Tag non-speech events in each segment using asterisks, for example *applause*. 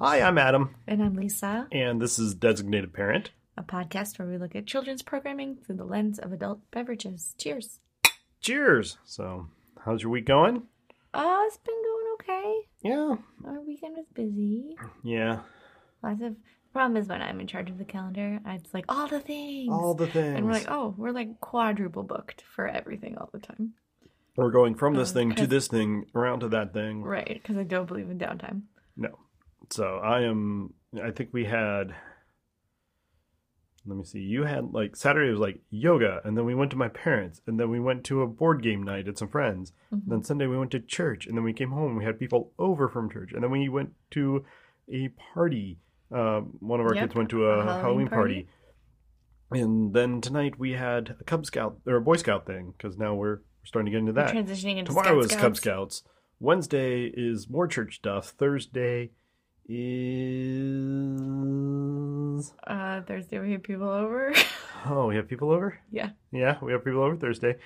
Hi, I'm Adam, And I'm Lisa, and this is Designated Parent. a podcast where we look at children's programming through the lens of adult beverages. Cheers. Cheers. So, how's your week going? Oh, it's been going okay. Yeah. Our weekend was busy. Yeah. Lots of the problem is when I'm in charge of the calendar, it's like all the things. All the things. and we're like, oh, we're like quadruple booked for everything all the time. We're going from this Uh, thing to cause- this thing, around to that thing. Right, because I don't believe in downtime. No. So, I am, I think we had, let me see, you had like Saturday was like yoga, and then we went to my parents, and then we went to a board game night at some friends. Mhm. Then Sunday we went to church, and then we came home. We had people over from church, and then we went to a party. Um, one of our Yep, kids went to a, a Halloween Halloween, party. and then tonight we had a Cub Scout or a Boy Scout thing because now we're, we're starting to get into We're that. transitioning into Tomorrow Scout is Cub Scouts. Wednesday is more church stuff. Thursday is Uh, Thursday we have people over. *laughs* oh, we have people over. yeah, Yeah, we have people over Thursday.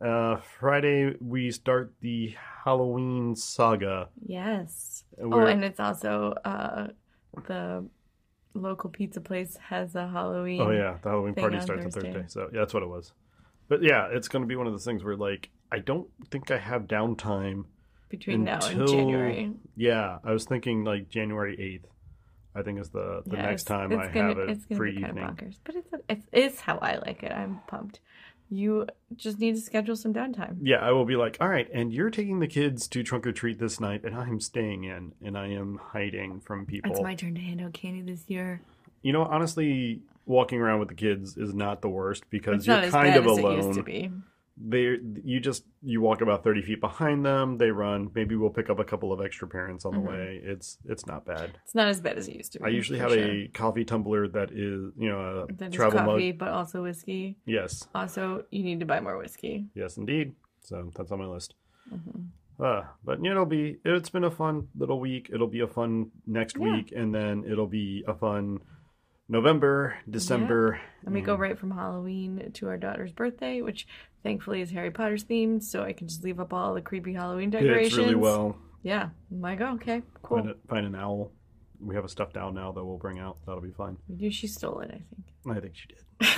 Uh, Friday we start the Halloween saga. yes. Oh, We're- and it's also uh, the local pizza place has a Halloween. oh yeah, the Halloween thing party on starts Thursday. on Thursday. So yeah, that's what it was. But yeah, it's going to be one of those things where like I don't think I have downtime. between now until- and January. Yeah, I was thinking like January eighth. I think is the the Yeah, next it's- time it's I gonna, have it it's gonna free be kind evening. of bonkers, but it's it's it's how I like it. I'm pumped. You just need to schedule some downtime. yeah, I will be like, all right, and you're taking the kids to trunk or treat this night, and I'm staying in, and I am hiding from people. It's my turn to hand out candy this year. you know, honestly, walking around with the kids is not the worst because It's not you're as kind bad of as alone. it used to be. They, you just you walk about thirty feet behind them. They run. Maybe we'll pick up a couple of extra parents on the Mhm. way. It's it's not bad. It's not as bad as it used to be. I usually Mm, for have sure. a coffee tumbler that is you know a That is travel mug. coffee, but also whiskey. Yes, Also, you need to buy more whiskey. yes, indeed. So that's on my list. hmm Uh, but you know, it'll be it's been a fun little week. It'll be a fun next Yeah. week, and then it'll be a fun November, December. Mm-hmm. And we go right from Halloween to our daughter's birthday, which thankfully is Harry Potter's themed, so I can just leave up all the creepy Halloween decorations. It's really well. Yeah. I'm like, oh, okay, Find, cool. a, find an owl. We have a stuffed owl now that we'll bring out. That'll be fine. You, she stole it, I I think she did.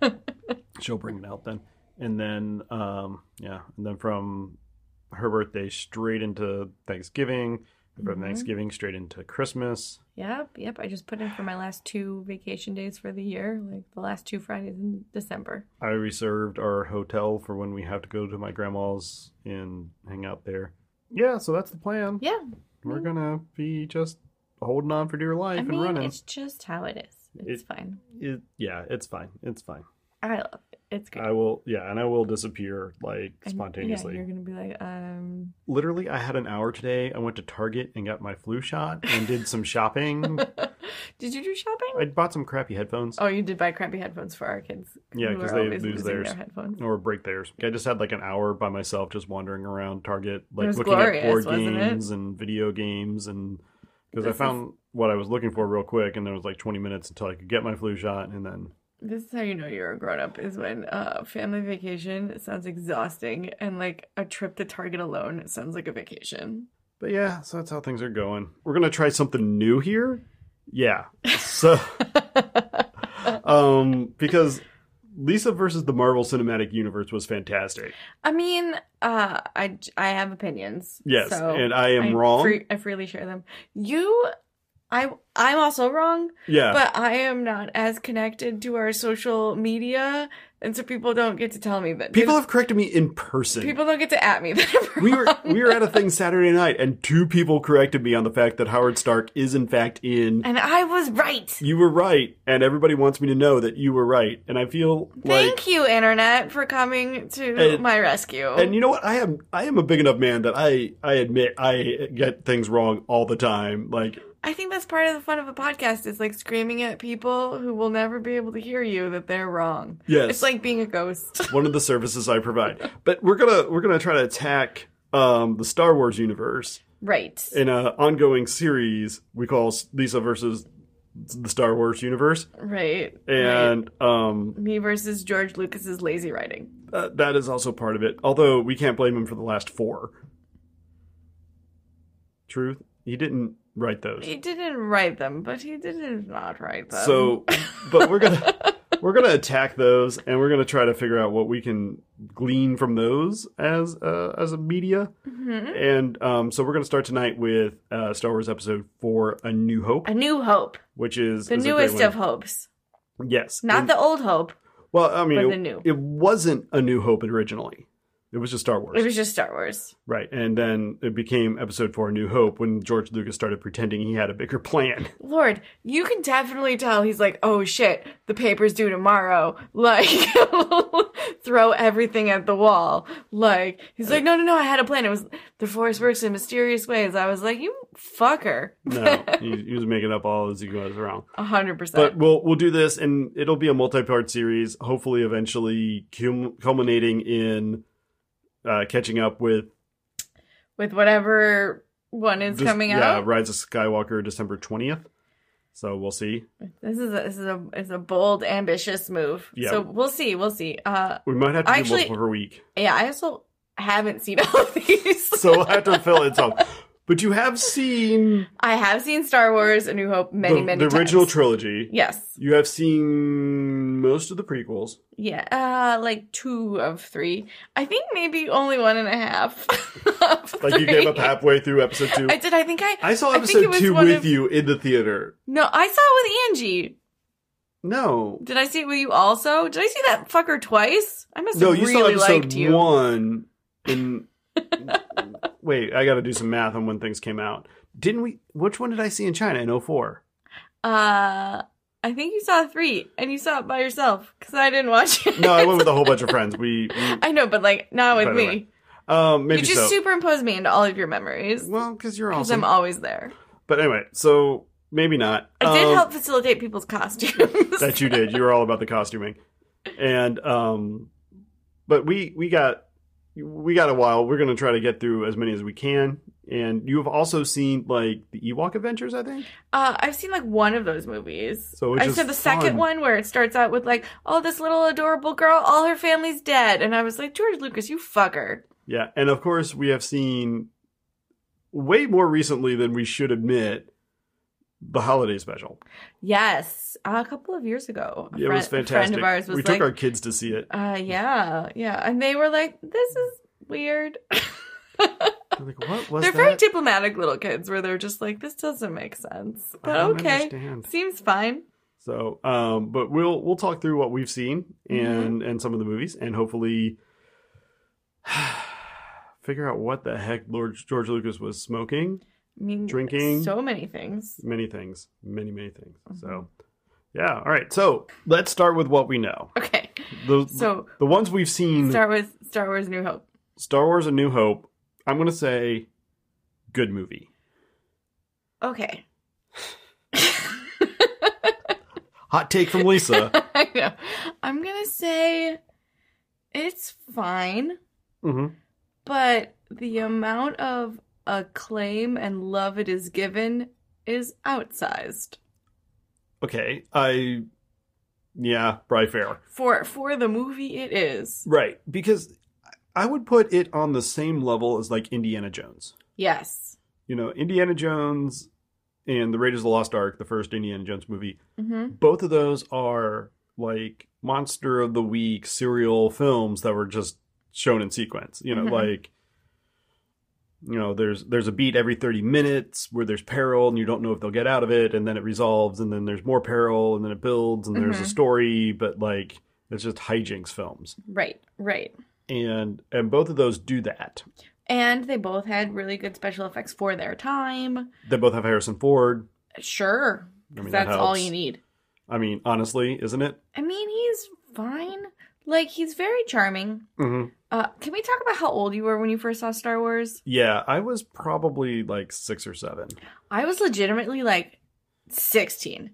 *laughs* think. She'll bring it out then. And then, um, yeah, and then from her birthday straight into Thanksgiving. From Mhm. Thanksgiving straight into Christmas. yep, yep. I just put in for my last two vacation days for the year, like the last two Fridays in December. I reserved our hotel for when we have to go to my grandma's and hang out there. Yeah, so that's the plan. Yeah. We're gonna be just holding on for dear life I and mean, running. it's just how it is. It's It- fine. It, yeah, it's fine. It's fine. I love it. It's great. I will. Yeah, and I will disappear like And- Uh, spontaneously. Yeah, you're gonna be like, um, Literally, I had an hour today. I went to Target and got my flu shot and did some shopping. *laughs* did you do shopping? I bought some crappy headphones oh, you did buy crappy headphones for our kids. Yeah, who 'cause are they always lose losing theirs. Their headphones. or break theirs. I just had like an hour by myself, just wandering around Target, like was looking at glorious, board wasn't it? games and video games, and because I This is- found what I was looking for real quick, and there was like 20 minutes until I could get my flu shot, and then This is how you know you're a grown up is when uh, family vacation sounds exhausting, and like a trip to Target alone sounds like a vacation. *laughs* But yeah, so that's how things are going. We're gonna try something new here. Yeah. So *laughs* um because Lisa versus the Marvel Cinematic Universe was fantastic. I mean, uh, I I have opinions. Yes, so and I am I wrong. fre- I freely share them. You I I'm also wrong, Yeah. but I am not as connected to our social media, and so people don't get to tell me that People have corrected me in person. people don't get to at me *laughs* that I'm we were wrong. we were at a thing Saturday night, and two people corrected me on the fact that Howard Stark is in fact in. and I was right. You were right, and everybody wants me to know that you were right, and I feel like. Thank you, internet, for coming to And- my rescue. And you know what? I am I am a big enough man that I I admit I get things wrong all the time. Like I think that's part of the fun of a podcast is like screaming at people who will never be able to hear you that they're wrong. Yes. It's like being a *laughs* ghost. one of the services I provide. But we're gonna we're gonna try to attack um, the Star Wars universe right. in an ongoing series we call Lisa versus the Star Wars universe, right. and um, right. me versus George Lucas's lazy writing. uh, that is also part of it. Although we can't blame him for the last four. Truth, he didn't write those. He didn't write them, but he didn't not write them. So, *laughs* but we're gonna we're gonna attack those, and we're gonna try to figure out what we can glean from those as uh, as a media. Mhm. And um, so we're gonna start tonight with uh, Star Wars Episode Four: A New Hope, a new hope, which is the is a great newest one. of hopes, Yes, not And- the old hope. well. I mean, but it, the new. it wasn't a New Hope originally. It was just Star Wars, It was just Star Wars. right? And then it became Episode Four: A New Hope when George Lucas started pretending he had a bigger plan. *laughs* Lord, you can definitely tell he's like, oh shit, the paper's due tomorrow. *laughs* Like, throw everything at the wall. Like, he's like, no, no, no, I had a plan. It was the force works in mysterious ways. I was like, you fucker. No, he, he was making up all as he goes around. A hundred But percent. we'll we'll do this, and it'll be a multi-part series. Hopefully, eventually cum- culminating in uh, catching up with With whatever one is Dis- coming Yeah, out. Rise of Skywalker, December twentieth. So we'll see. This is a, this is a it's a bold, ambitious move. Yeah. So we'll see. We'll see. Uh, We might have to Actually- do multiple per week, *laughs* yeah, I also haven't seen *laughs* all of these. so we'll have to fill in some. But you have seen I have seen Star Wars: A New Hope many, the, many the times. original trilogy. Yes. You have seen most of the prequels. Yeah, uh, like two of three. I think maybe only one and a half. *laughs* of Like you gave up three. halfway through episode two. I did. I think I. I saw I think it episode was two one with of- you in the theater. No, I saw it with Angie. No, Did I see it with you also? Did I see that fucker twice? I must have No, you really saw liked episode you. one. *laughs* And wait, I got to do some math on when things came out. Didn't we? Which one did I see in China in 04? Uh, I think you saw three, and you saw it by yourself because I didn't watch it. No, I went with a whole bunch of friends. We, we *laughs* I know, but like not By with the me. way, um, maybe you just so. superimpose me into all of your memories because well, because you're I'm awesome. always there. but anyway, so maybe not. I did Um, help facilitate people's costumes. *laughs* that you did. You were all about the costuming, and um, but we we got we got a while. We're gonna try to get through as many as we can. And you have also seen like the Ewok Adventures, I think. Uh, I've seen like one of those movies. So which I is said the fun. second one where it starts out with like, oh, this little adorable girl, all her family's dead, and I was like, George Lucas, you fucker. Yeah, and of course we have seen way more recently than we should admit the holiday special. Yes, Uh, a couple of years ago, a it was friend- A friend fantastic. of ours was we like, took our kids to see it. uh, yeah, yeah, and they were like, this is *laughs* weird. I'm like, what *laughs* was they're that? very diplomatic little kids where they're just like, this doesn't make sense, I but don't okay, understand. seems fine. So, um, but we'll we'll talk through what we've seen Mm-hmm. and and some of the movies, and hopefully *sighs* figure out what the heck Lord George Lucas was smoking. I mean, Drinking. so many things. Many things, many many things. Mm-hmm. So, yeah. All right. So let's start with what we know. Okay, The, so the ones we've seen. start with Star Wars: New Hope. Star Wars A New Hope, I'm going to say *laughs* good movie. *laughs* Okay. Hot take *laughs* from Lisa. I know. I'm gonna say it's fine, hmm but the amount of acclaim and love it is given is outsized Okay. I, yeah, probably fair. for for the movie. It is Right. Because I would put it on the same level as like Indiana Jones. yes. You know, Indiana Jones and The Raiders of the Lost Ark, the first Indiana Jones movie, Mm-hmm. both of those are like monster of the week serial films that were just shown in sequence. You know, Mhm. like you know there's there's a beat every 30 minutes where there's peril and you don't know if they'll get out of it and then it resolves and then there's more peril and then it builds and there's a Mhm. story but like it's just hijinks films Right, right. and and both of those do that And they both had really good special effects for their time. they both have harrison ford Sure. I mean, 'cause that that's all helps. you need. i mean honestly isn't it I mean, he's fine. Like, he's very charming. mm-hmm. Uh, can we talk about how old you were when you first saw Star Wars? yeah i was probably like six or seven I was legitimately like 16.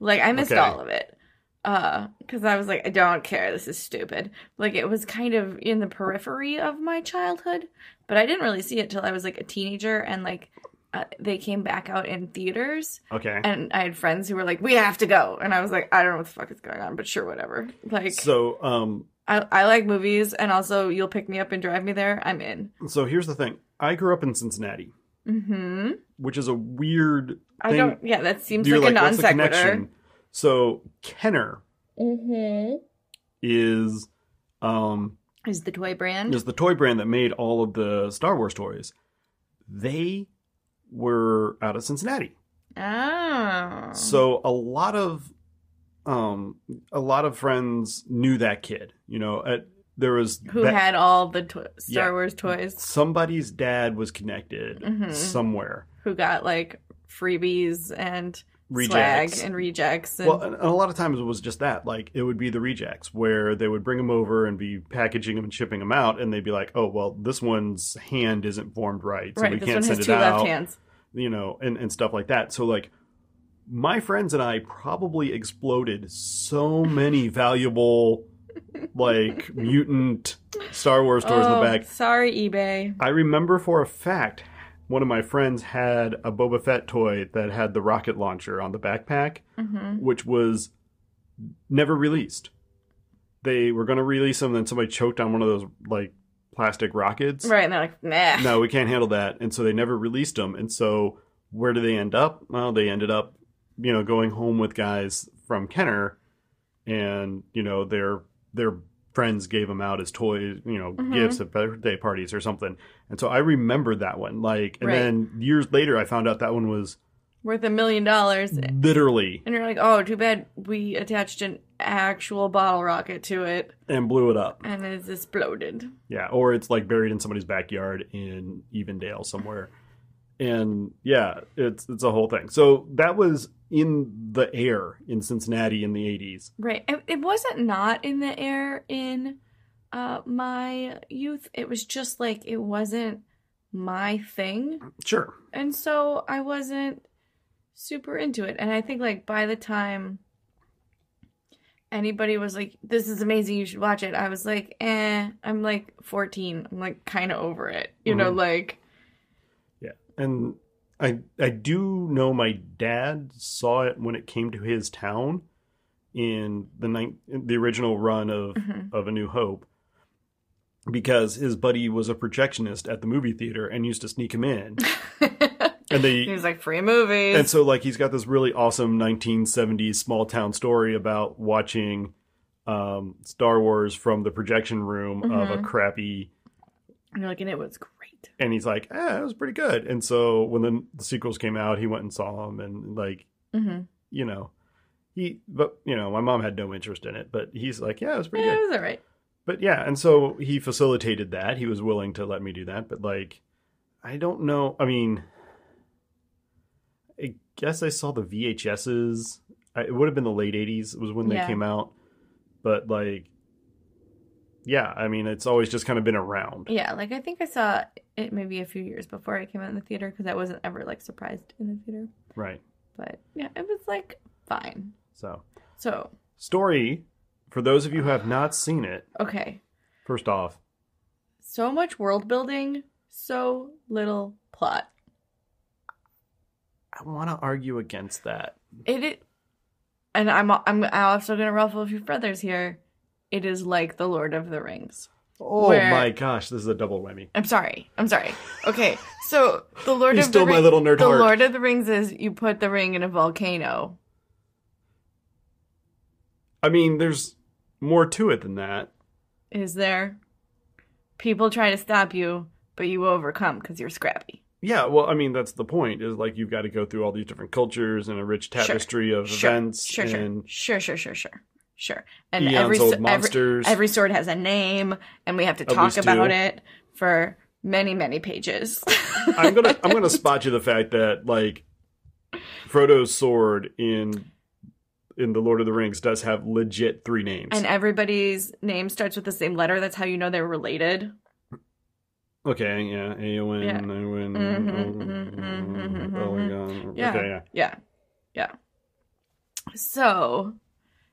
Like, I missed Okay. all of it. Uh, cause I was like, I don't care. This is stupid. Like, it was kind of in the periphery of my childhood, but I didn't really see it till I was like a teenager and like, uh, they came back out in theaters okay and I had friends who were like, we have to go. And I was like, I don't know what the fuck is going on, but sure, whatever. Like, so um I, I like movies, and also you'll pick me up and drive me there. I'm in. so here's the thing i grew up in cincinnati Mm-hmm. which is a weird I thing don't. Yeah, that seems You're like, a non what's the sequitur. connection? So Kenner Mm-hmm. is um Is the toy brand? is the toy brand that made all of the Star Wars toys. They were out of Cincinnati. Oh. So a lot of um a lot of friends knew that kid. You know, at, there was who that- had all the to- Star Yeah. Wars toys? somebody's dad was connected Mhm. somewhere. Who got like freebies and Rejects. swag and rejects? And, Well, and and a lot of times it was just that. Like, it would be the rejects where they would bring them over and be packaging them and shipping them out, and they'd be like, "Oh, well, this one's hand isn't formed right, so right, we this can't one send has it two out." left hands. You know, and and stuff like that. So like, my friends and I probably exploded so many valuable, like mutant Star Wars toys in Oh, the back. Sorry, eBay. I remember for a fact one of my friends had a Boba Fett toy that had the rocket launcher on the backpack Mm-hmm. which was never released. They were going to release them, then somebody choked on one of those like plastic rockets. Right, and they're like, nah. No, we can't handle that, and so they never released them. And so where do they end up? Well, they ended up, you know, going home with guys from Kenner, and you know their their friends gave them out as toys, you know, Mhm. gifts at birthday parties or something. And so I remember that one. Like, and Right. then years later, I found out that one was Worth a million dollars. literally And you're like, oh, too bad we attached an actual bottle rocket to it and blew it up. and it's exploded. Yeah, or it's like buried in somebody's backyard in Evendale somewhere. And yeah, it's it's a whole thing. So that was in the air in Cincinnati in the 80s. Right. It, it wasn't not in the air in uh, my youth. It was just like it wasn't my thing. Sure. And so I wasn't super into it. And I think like by the time anybody was like, this is amazing, you should watch it, I was like, eh, I'm like 14. I'm like kind of over it. You know, Mhm. like. And I I do know my dad saw it when it came to his town in the nine, in the original run of *laughs* mhm. of A New Hope because his buddy was a projectionist at the movie theater and used to sneak him in. *laughs* And they He was like free movies. And so, like, he's got this really awesome 1970s small town story about watching um, Star Wars from the projection room of a Mhm. crappy. and you're like, and it was great. And he's like, ah, it was pretty good. And so, when the, the sequels came out, he went and saw them, and like, Mm-hmm. you know, he, but you know, my mom had no interest in it, but he's like, yeah, it was pretty Yeah, good. it was all right. But yeah, and so he facilitated that. He was willing to let me do that, but like, I don't know. I mean, I guess I saw the VHSs. I, it would have been the late '80s was when they Yeah. came out, but like, yeah, I mean, it's always just kind of been around. Yeah, like I think I saw it maybe a few years before I came out in the theater because I wasn't ever like surprised in the theater. Right. But yeah, it was like fine. So, So story for those of you who have not seen it. okay, First off, so much world building, so little plot. I want to argue against that. It, it and I'm I'm also gonna ruffle a few feathers here. It is like the Lord of the Rings. Oh Where- my gosh, this is a double whammy. I'm sorry. I'm sorry. Okay, so the Lord You of stole the my Ring- little nerd The heart. Lord of the Rings is you put the ring in a volcano. I mean, there's more to it than that. Is there people try to stop you? but you overcome because you're scrappy. Yeah, well, I mean, that's the point. Is like you've got to go through all these different cultures and a rich tapestry of Sure. events Sure, and sure, sure, sure, sure, sure, sure. And eons every, old so- every monsters. every sword has a name, and we have to At talk least about two. it for many, many pages. *laughs* I'm gonna I'm gonna spot you the fact that like Frodo's sword in in the Lord of the Rings does have legit three names. and everybody's name starts with the same letter. That's how you know they're related. okay, yeah, Aowen, Yeah. Owen, Mhm, Owen, mhm, mhm, mhm, Owen, Yeah. E Okay, yeah. Yeah. Yeah. So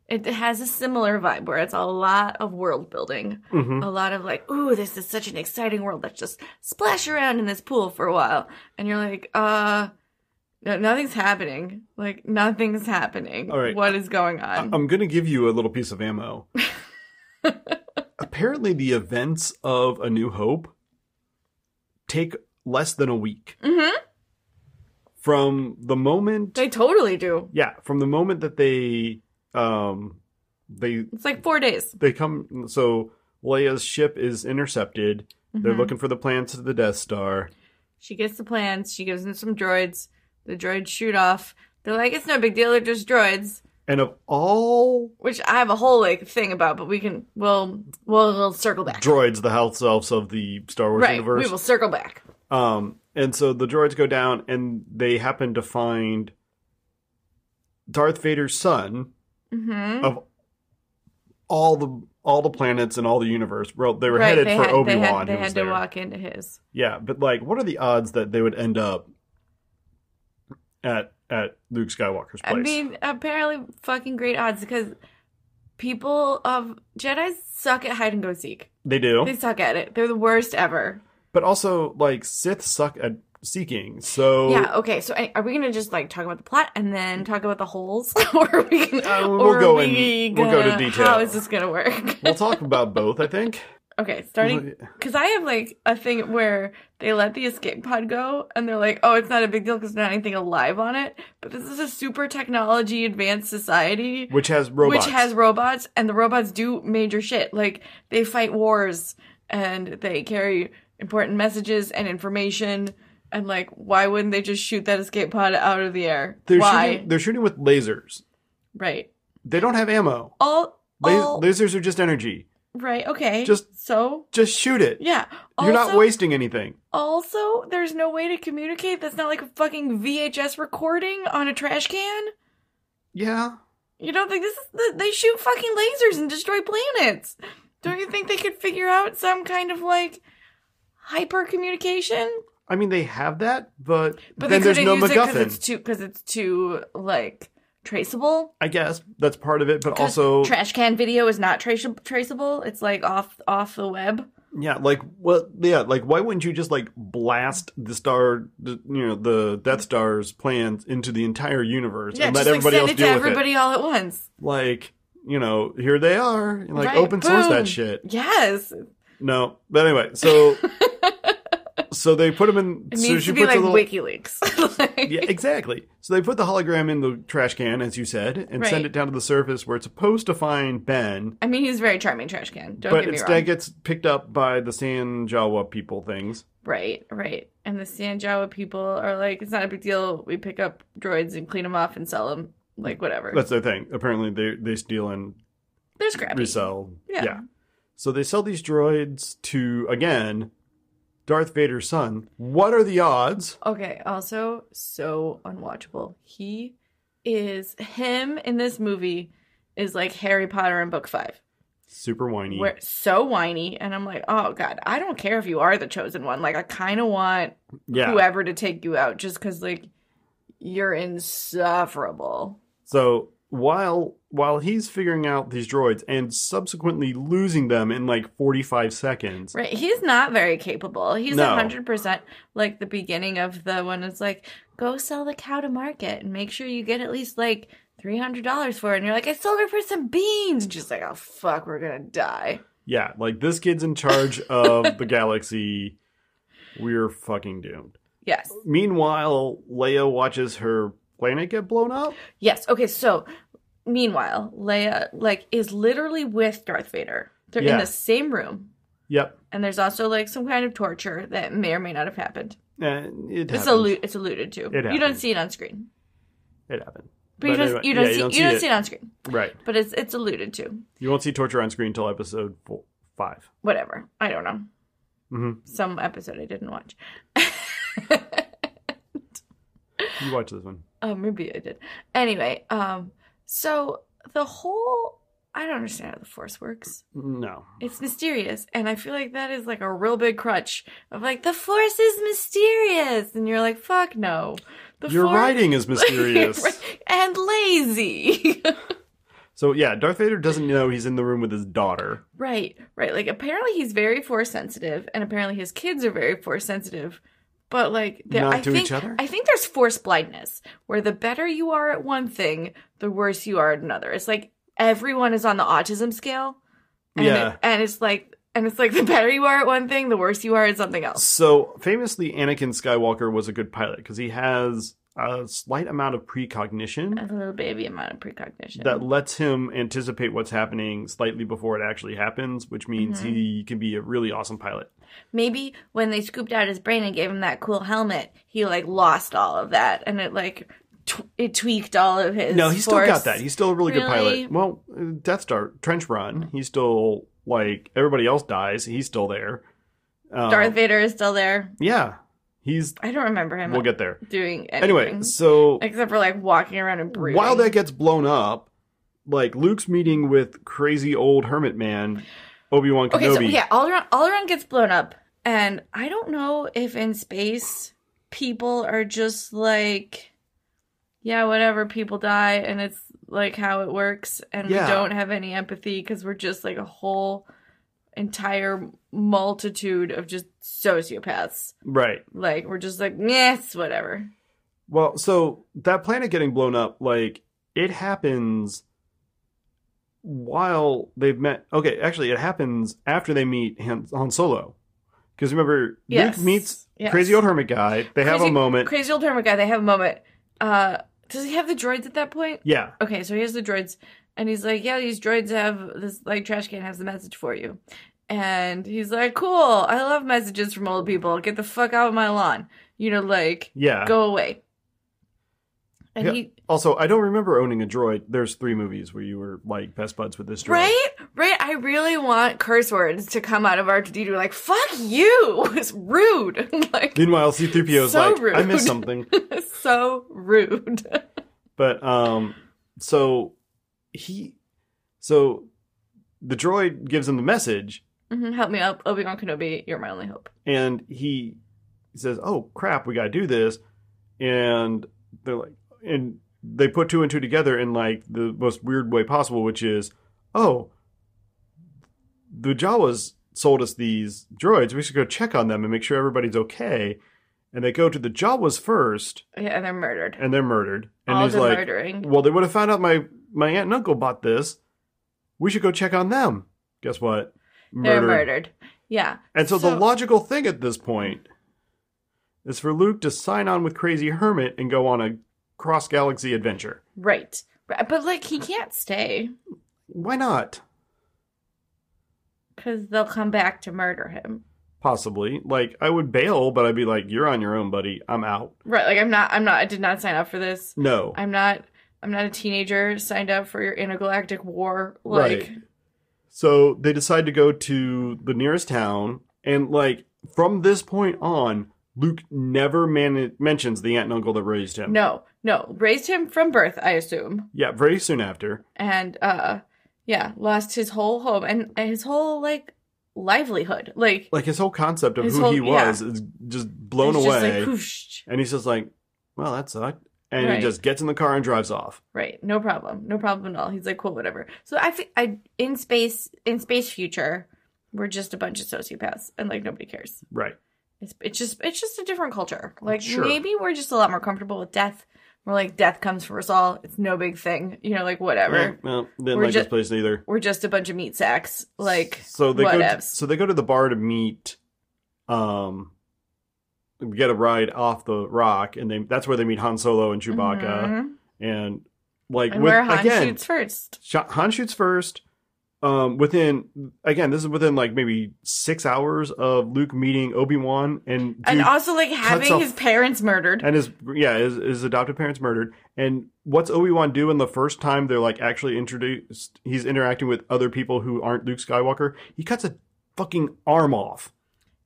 it has a similar vibe where it's a lot of world building. Mhm. A lot of like, ooh, this is such an exciting world. Let's just splash around in this pool for a while. And you're like, uh, no, nothing's happening. Like, nothing's happening. All right. What is going on? I- I'm gonna give you a little piece *laughs* of ammo. Apparently, the events of A New Hope take less than a week Mhm. from the moment. they totally do. yeah, from the moment that they um they It's like four days. they come so Leia's ship is intercepted. They're Mhm. looking for the plans to the Death Star. She gets the plans. She gives them some droids. The droids shoot off. They're like, it's no big deal. They're just droids. And of all which I have a whole like thing about, but we can we'll we'll, we'll circle back. droids, the health selves of the Star Wars right, universe. we will circle back. Um, and so the droids go down and they happen to find Darth Vader's son Mm-hmm. of all the all the planets and all the universe. Well, they were right, headed they for had, Obi They Wan. had, they had to walk into his. Yeah, but like, what are the odds that they would end up at at Luke Skywalker's I place? mean, apparently, fucking great odds because people of Jedi's suck at hide and go seek. they do. They suck at it. They're the worst ever. But also, like Sith suck at seeking. So Yeah. Okay. So, any- are we gonna just like talk about the plot and then talk about the holes, *laughs* or are we gonna? Uh, we'll or are go in- we we'll go to gonna- detail. How is this gonna work? *laughs* we'll talk about both. I think. Okay, starting because I have like a thing where they let the escape pod go, and they're like, "Oh, it's not a big deal because there's not anything alive on it." But this is a super technology advanced society, Which has *laughs* robots. which has robots, and the robots do major shit. Like they fight wars, and they carry important messages and information. And like, why wouldn't they just shoot that escape pod out of the air? They're why? shooting. They're shooting with lasers. Right. They don't have ammo. All. La- all right. lasers are just energy. Okay. Just- so. Just shoot it. Yeah. You're not Also- wasting anything. Also, there's no way to communicate. That's not like a fucking VHS recording on a trash can. Yeah. You don't think this is. th- They shoot fucking lasers and destroy planets. Don't you think they could figure out some kind of like hyper communication? I mean, they have that, but, But then they there's couldn't no use it because MacGuffin. it's too because it's too like traceable. I guess that's part of it, but 'Cause also, trash can video is not trace- traceable. It's like off off the web. yeah, like well, yeah, like why wouldn't you just like blast the star, the, you know, the Death Star's plans into the entire universe Yeah, and just let everybody like send else it to deal with it? everybody all at once. like you know here they are and like Right, open source boom. that shit Yes, no but anyway so *laughs* so they put them in it so needs she to be puts like a little, WikiLeaks. *laughs* Like- yeah exactly so they put the hologram in the trash can as you said and Right. send it down to the surface where it's supposed to find ben I mean, he's a very charming trash can. Don't but get me instead wrong. gets picked up by the san jawa people things right, right. And the Sanjawa people are like, it's not a big deal. We pick up droids and clean them off and sell them. Like, whatever. that's their thing apparently they they steal and They're scrappy. resell Yeah. so they sell these droids to again darth vader's son what are the odds Okay, also, so unwatchable. He is, him in this movie is like Harry Potter in book five. super whiny Where so whiny, and I'm like, oh god, I don't care if you are the chosen one. Like, I kind of want yeah whoever to take you out, just because like you're insufferable. So while while he's figuring out these droids and subsequently losing them in like 45 seconds, Right. He's not very capable. He's No. hundred percent like the beginning of the one it's like, go sell the cow to market and make sure you get at least like three hundred dollars for it. And you're like, I sold her for some beans. And she's like, Oh fuck, we're gonna die. yeah, like this kid's in charge of the galaxy. We're fucking doomed. Yes. Meanwhile, Leia watches her planet get blown up. Yes. Okay, so meanwhile, Leia like is literally with Darth Vader. They're in Yeah. the same room. Yep. and there's also like some kind of torture that may or may not have happened. Uh, it It's happened. allu- it's alluded to. you don't happens. see it on screen, It happened. but, you don't anyway, you don't yeah, see you don't, see, it. on screen. Right. But it's it's alluded to. You won't see torture on screen until episode four, five. Whatever. I don't know. Mhm. Some episode I didn't watch. *laughs* You watch this one. Oh, maybe I did. Anyway, um, so the whole I don't understand how the force works. No. It's mysterious, and I feel like that is like a real big crutch of like the force is mysterious, and you're like, fuck no. The Your Force- *laughs* writing is mysterious. and lazy. *laughs* So yeah, Darth Vader doesn't know he's in the room with his daughter. right, right. Like apparently he's very force sensitive, and apparently his kids are very force sensitive. But like, there- Not I to think each other? I think there's force blindness, where the better you are at one thing, the worse you are at another. It's like everyone is on the autism scale, and Yeah. it- and it's like, and it's like the *laughs* better you are at one thing, the worse you are at something else. So famously, Anakin Skywalker was a good pilot because he has a slight amount of precognition A little baby amount of precognition. that lets him anticipate what's happening slightly before it actually happens, which means Mhm. he can be a really awesome pilot. Maybe when they scooped out his brain and gave him that cool helmet, he like lost all of that, and it like tw- it tweaked all of his. no, he's still force. got that. He's still a really, good Really? pilot. Well, uh, Death Star Trench Run, he's still like everybody else dies. He's still there. Um, Darth Vader is still there. Yeah, he's. I don't remember him We'll get there. doing anything. Anyway, so except for like walking around and brooding. while that gets blown up, like Luke's meeting with crazy old hermit man Obi Wan Kenobi. okay, so yeah, Alderaan Alderaan gets blown up, and I don't know if in space people are just like, yeah, whatever, people die, and it's like how it works, and Yeah. we don't have any empathy because we're just like a whole entire multitude of just sociopaths. Right. Like we're just like, yes, whatever. Well, so that planet getting blown up, like it happens while they've met. Okay, actually, it happens after they meet Han, Han Solo. Because remember, Yes. Luke meets Yes. crazy old hermit guy. They have a Crazy- moment. Crazy old hermit guy. They have a moment. Uh, does he have the droids at that point? yeah. okay, so he has the droids, and he's like, yeah, these droids have this like trash can has the message for you, and he's like, cool, I love messages from old people. Get the fuck out of my lawn, you know, like Yeah. go away. And Yeah. he Also, I don't remember owning a droid. There's three movies where you were like best buds with this droid. right, right. I really want curse words to come out of R two D two, like fuck you. *laughs* It's rude, *laughs* like Meanwhile, C-3PO is So like, I rude. missed something. so rude. *laughs* But um so he so the droid gives him the message Mhm, Help me up, Obi Wan Kenobi. You're my only hope. and he says, "Oh crap, we got to do this." And they're like and they put two and two together in like the most weird way possible, which is, "Oh, the Jawas sold us these droids. We should go check on them and make sure everybody's okay." And they go to the Jawas first Yeah, and they're murdered. and they're murdered. And All he's the like, murdering. Well, they would have found out my my aunt and uncle bought this. We should go check on them. Guess what? They're Murder. murdered. Yeah. And so, the So- logical thing at this point is for Luke to sign on with Crazy Hermit and go on a cross galaxy adventure. Right. But but, like he can't stay Why not? because they'll come back to murder him. Possibly. Like I would bail, but I'd be like, "You're on your own, buddy. I'm out." Right. Like I'm not. I'm not. I did not sign up for this. No. I'm not. I'm not a teenager signed up for your intergalactic war. Like Right. So they decide to go to the nearest town, and like from this point on, Luke never man- mentions the aunt and uncle that raised him. no, no. Raised him from birth, I assume, Yeah, very soon after. and uh, yeah, lost his whole home and, and his whole like livelihood. Like Like his whole concept of His who whole- he was is just blown it's just, like, away, whoosh. and he's just like, "Well, that sucked," and Right. he just gets in the car and drives off. Right. No problem. No problem at all. He's like, cool, whatever. So I, fe- I, in space, in space future, we're just a bunch of sociopaths, and like nobody cares. Right. It's, it's just, it's just a different culture. Like Sure. maybe we're just a lot more comfortable with death. We're like, death comes for us all. It's no big thing. You know, like whatever. Eh, well, didn't We're like ju- this place either. We're just a bunch of meat sacks. Like so they go to, whatevs. so they go to the bar to meet, um, get a ride off the rock, and they that's where they meet Han Solo and Chewbacca. Mhm. and like And with where Han again shoots first. shot, Han shoots first um, within again, this is within like maybe six hours of Luke meeting Obi Wan and and dude- also like having off- his parents murdered. and his yeah his, his adopted parents murdered. And what's Obi Wan doing the first time they're like actually introduced? He's interacting with other people who aren't Luke Skywalker. He cuts a fucking arm off.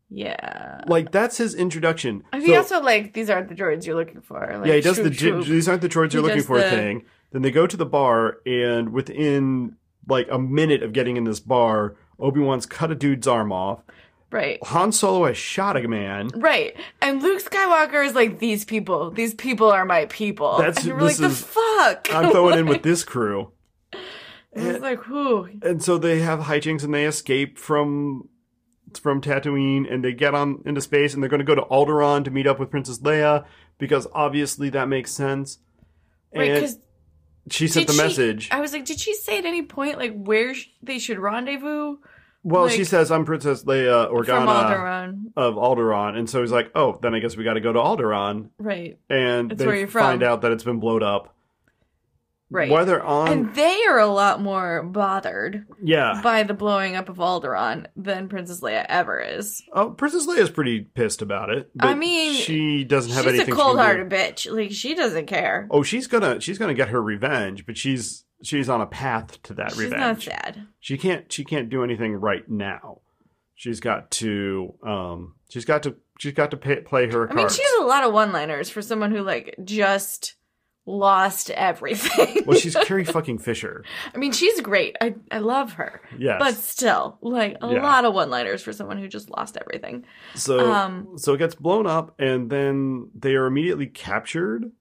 yeah. Like that's his introduction. I So- mean, also like these aren't the droids you're looking for. Like, yeah, he does shoot, the shoot. these aren't the droids He you're looking does for the- thing. Then they go to the bar, and within like a minute of getting in this bar, Obi Wan's cut a dude's arm off. right, Han Solo has shot a *laughs* man. right. And Luke Skywalker is like these people. These people are my people. That's- and we're this like is- the fuck. I'm throwing *laughs* in with this crew, it's like who? and so they have hijinks and they escape from from Tatooine, and they get on into space, and they're going to go to Alderaan to meet up with Princess Leia because obviously that makes sense. Right, And because she sent the message. I was like, did she say at any point like where sh- they should rendezvous well, she like- says, "I'm Princess Leia Organa." from Alderaan? of Alderaan, and so he's like, "Oh, then I guess we got to go to Alderaan," Right, and That's they where you're from. find out that it's been blowed up. right. While they're on, and they are a lot more bothered yeah, by the blowing up of Alderaan than Princess Leia ever is. oh, Princess Leia's pretty pissed about it. But I mean, she doesn't have She's a anything. she can do. cold-hearted bitch. Like she doesn't care. Oh, she's gonna she's gonna get her revenge, but she's she's on a path to that She's not revenge. sad. She can't she can't do anything right now. She's got to um she's got to she's got to pay, play her. I mean, cards. she has a lot of one-liners for someone who like just lost everything. well, she's Carrie fucking Fisher. *laughs* I mean, she's great. I I love her. Yes, But still, like a Yeah. lot of one-liners for someone who just lost everything. so um, so it gets blown up, and then they are immediately captured.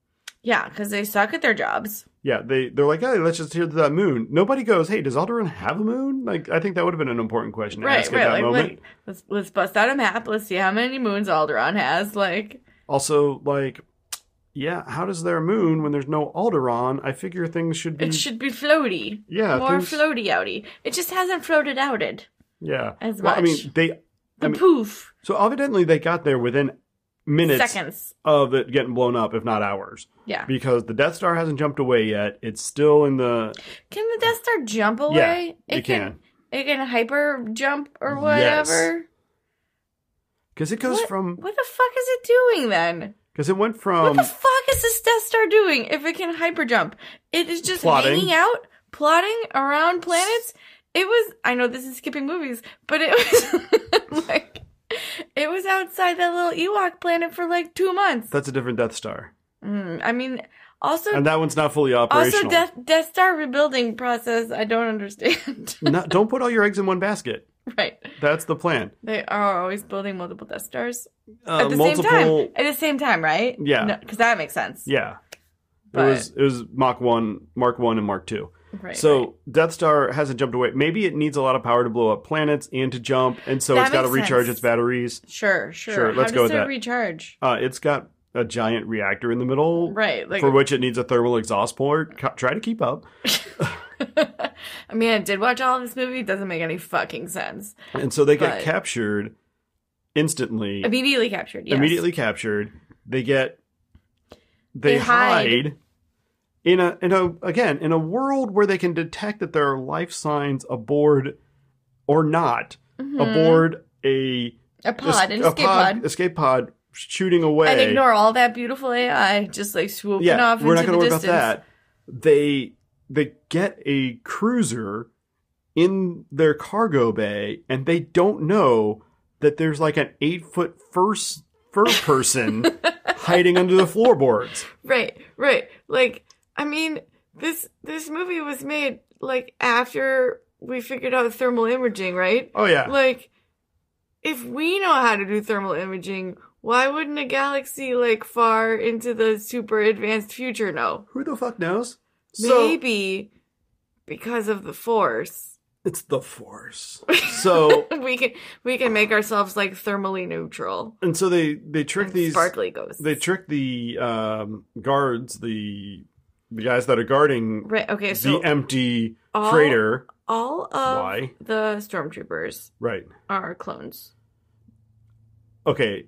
Yeah, because they suck at their jobs. Yeah, they they're like, hey, let's just hear that moon. Nobody goes, hey, does Alderaan have a moon? Like, I think that would have been an important question to right, ask right. at that like, moment. like, let's let's bust out a map. Let's see how many moons Alderaan has. Like, Also, like, yeah, how does there a moon when there's no Alderaan? I figure things should be. it should be floaty. Mm. yeah, More things- floaty outy. It just hasn't floated outed. Yeah, as well, I mean, much. they The mean- poof. so evidently they got there within minutes Seconds. of it getting blown up, if not hours, Yeah. because the Death Star hasn't jumped away yet. It's still in the Can the Death Star jump Yeah, away? it can It can hyper jump or Yes. whatever. because it goes what, from What the fuck is it doing then? because it went What from the fuck is this Death Star doing if it can hyper jump? It is just Plotting. hanging out, plotting around planets. It was, I know this is skipping movies, but it *laughs* was like, it was outside that little Ewok planet for like two months. that's a different Death Star, Mm, I mean, also, and that one's not fully operational. also Death, Death Star rebuilding process, I don't understand. *laughs* not, don't put all your eggs in one basket. right. That's the plan. They are always building multiple Death Stars Uh, at the same time. At the same time, right? Yeah. Because that makes sense. Yeah. But- It was it was Mach one, Mark one, and Mark two. Right. so right. Death Star hasn't jumped away. Maybe it needs a lot of power to blow up planets and to jump, and so That it's got to makes recharge sense. its batteries. sure, sure. sure, let's How go does with it that. recharge? Uh, it's got a giant reactor in the middle, Right. Like. for which it needs a thermal exhaust port. Co- try to keep up. *laughs* I mean, I did watch all of this movie. It doesn't make any fucking sense. And so they get But- captured instantly, Immediately captured. Yes. immediately captured. They get they, They hide. hide in a in a again in a world where they can detect that there are life signs aboard or not Mhm. aboard a a pod, an a escape pod, escape pod shooting away. and ignore all that beautiful AI just like swooping yeah, off we're not into going to the worry distance. about that. They they get a cruiser in their cargo bay, and they don't know that there's like an eight foot first *laughs* fur person hiding under the floorboards. Right, right. Like, I mean, this this movie was made like after we figured out thermal imaging, right? Oh yeah, *laughs* Like, if we know how to do thermal imaging, why wouldn't a galaxy like far into the super advanced future know? who the fuck knows? Maybe because of the force. it's *laughs* the force. So we can we can make ourselves like thermally neutral. and so they they trick and these sparkly ghosts. they trick the um, guards the the guys that are guarding right. Okay. So the empty all- freighter. all of Why? the stormtroopers Right. are clones. Okay.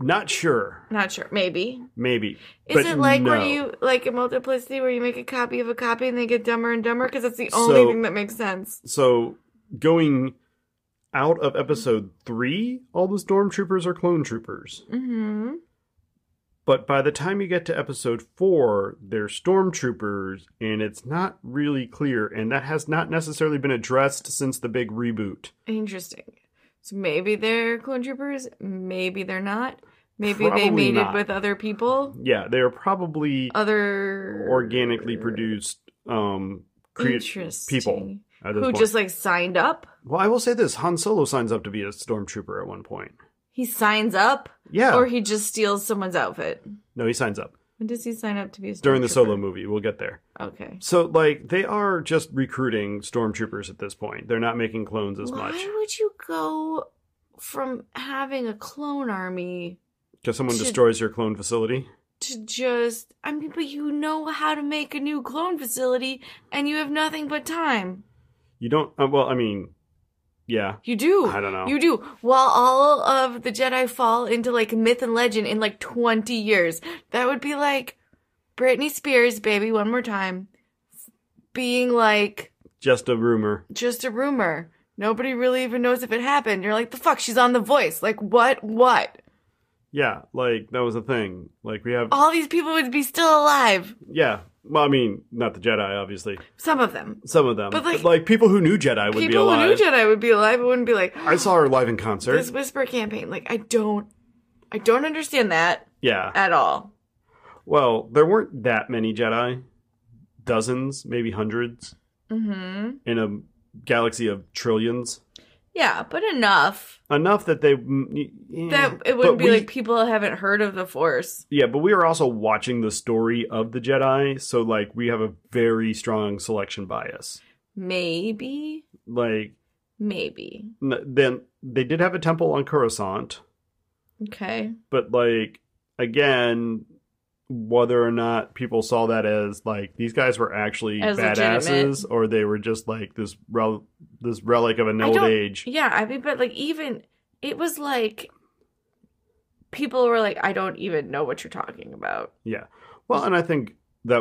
Not sure. Not sure. Maybe. Maybe. Is But it like where no. you like a multiplicity where you make a copy of a copy and they get dumber and dumber because it's the only So- thing that makes sense? So going out of episode three, all the stormtroopers are clone troopers. Mm-hmm. But by the time you get to episode four, they're stormtroopers, and it's not really clear. And that has not necessarily been addressed since the big reboot. Interesting. So maybe they're clone troopers. Maybe they're not. Maybe Probably they mated not. with other people. Yeah, they are probably Other organically produced um, crea- people. Interesting. At this who point. just like signed up. well, I will say this: Han Solo signs up to be a stormtrooper at one point. He signs up, Yeah, or he just steals someone's outfit. no, he signs up When does he sign up to be a during the stormtrooper? solo movie. We'll get there. Okay. So, like, they are just recruiting stormtroopers at this point. They're not making clones as Why much would you go from having a clone army because someone Should- destroys your clone facility. to just? I mean, but you know how to make a new clone facility, and you have nothing but time. You don't. Uh, well, I mean, yeah. You do. I don't know. You do. While all of the Jedi fall into like myth and legend in like 20 years, that would be like Britney Spears, baby, one more time, being like Just a rumor. just a rumor. Nobody really even knows if it happened. You're like, the fuck, she's on The Voice. Like, what? What? Yeah, like that was a thing. Like we have. All these people would be still alive. Yeah. Well, I mean, not the Jedi, obviously. Some of them. Some of them, But, but like- like, people who knew Jedi would be people who knew alive. Jedi would be alive. It wouldn't be like, I saw her live in concert. this whisper campaign. Like, I don't, I don't understand that Yeah. at all. Well, there weren't that many Jedi. Dozens, maybe hundreds, Mm-hmm. in a galaxy of trillions. Yeah, but enough. Enough that they. mm, Yeah. That it But wouldn't be we- like people haven't heard of the Force. Yeah, but we are also watching the story of the Jedi, so like we have a very strong selection bias. Maybe, Like maybe. n- then they did have a temple on Coruscant, Okay. but like again, whether or not people saw that as like these guys were actually As badasses legitimate. or they were just like this rel- this relic of an I old don't- age. Yeah, I mean, but like even it was like people were like, I don't even know what you're talking about. Well, and I think that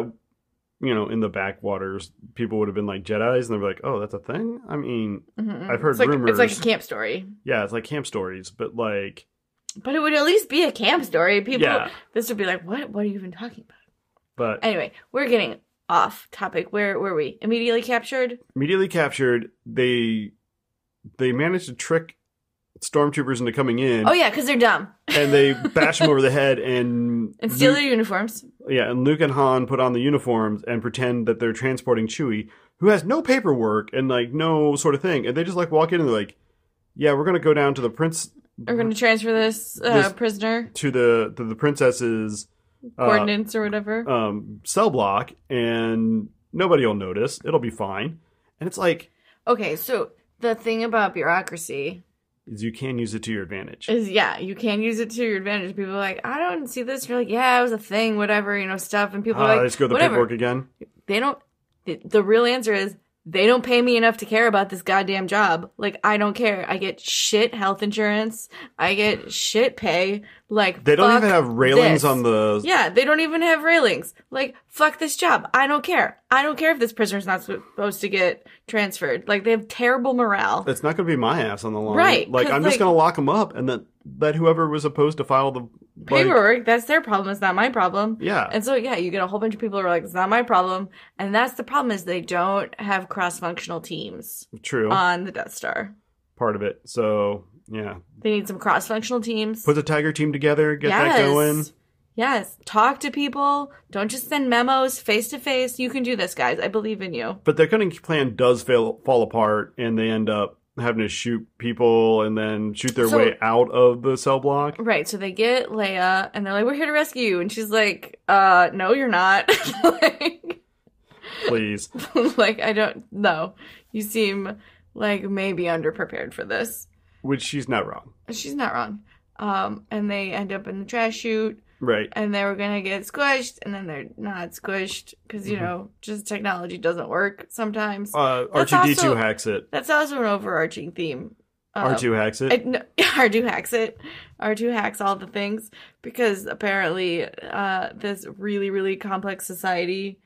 you know in the backwaters, people would have been like Jedi's, and they're like, oh, that's a thing. I mean, Mhm. I've heard it's like, It's like rumors. a camp story, yeah, it's like camp stories, but like. but it would at least be a camp story. People, Yeah. this would be like, what? What are you even talking about? But Anyway, we're getting off topic. Where were we? Immediately captured. immediately captured, they they managed to trick stormtroopers into coming in, Oh yeah, because they're dumb and they bash them over the head and *laughs* and steal their Luke, uniforms. yeah, and Luke and Han put on the uniforms and pretend that they're transporting Chewie, who has no paperwork and like no sort of thing, and they just like walk in and they're like, yeah, we're gonna go down to the prince We're going to transfer this, uh, This- prisoner to the to the princess's uh, coordinates or whatever. um, cell block, and nobody will notice. It'll be fine, and it's like. Okay, so the thing about bureaucracy Is you can use it to your advantage. is, yeah, you can use it to your advantage. People are like, I don't see this. You're like, yeah, it was a thing, whatever, you know, stuff. And people Ah, are like, let's go to the whatever. paperwork again. They don't. The, the real answer is they don't pay me enough to care about this goddamn job. Like, I don't care. I get shit health insurance. I get shit pay. Like, They don't fuck even have this. railings on the. Yeah, they don't even have railings. Like, fuck this job. I don't care. I don't care if this prisoner's not supposed to get transferred. Like, they have terrible morale. It's not going to be my ass on the line. Right, Like 'cause, I'm like- just going to lock them up, and then let whoever was supposed to file the like, paperwork. that's their problem. It's not my problem. Yeah. And so yeah, you get a whole bunch of people who are like, it's not my problem. And that's the problem is they don't have cross functional teams true. on the Death Star. part of it. So yeah, They need some cross functional teams. put the tiger team together. Get that going. Yes. Talk to people. Don't just send memos face to face. You can do this, guys. I believe in you. But their cunning plan does fail, fall apart, and they end up having to shoot people and then shoot their So- way out of the cell block. Right. So they get Leia and they're like, We're here to rescue you. And she's like, uh, no, you're not. *laughs* like, *laughs* Please. like, I don't know. You seem like maybe underprepared for this. Which she's not wrong. she's not wrong. Um, and they end up in the trash chute, Right. and they were gonna get squished, and then they're not squished because you Mhm. know just technology doesn't work sometimes. Uh, That's R2D2 also- hacks it. That's also an overarching theme Uh, R2 hacks it. I- no, *laughs* R2 hacks it. R2 hacks all the things because apparently uh, this really, really complex society.